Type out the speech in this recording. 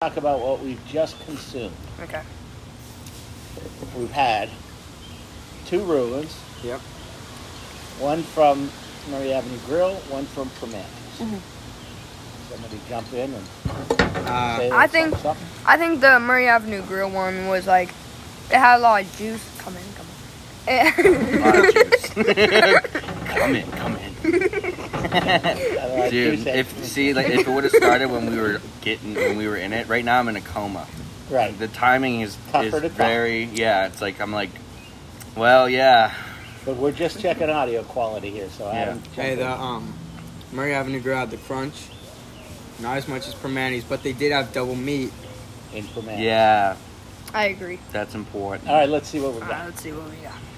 talk about what we've just consumed. Okay. We've had two ruins, Yep. one from Murray Avenue Grill, one from Primanti's. Somebody jump in and say Uh, Mm-hmm. I that's think- something. I think the Murray Avenue Grill one was like, it had a lot of juice. Come in, come in. come in, come in, I like you dude. said. If see, like, if it would have started when we were getting, when we were in it. Right now, I'm in a coma. right, The timing is Tougher is to call. very, yeah. It's like I'm like, well, yeah, but we're just checking audio quality here, so Yeah. Adam, jump Hey, in. the um, Murray Avenue Grill had the crunch. Not as much as Permanis, but they did have double meat. in Primanti's. yeah. I agree. That's important. All right, let's see what we All right, got. let's see what we got.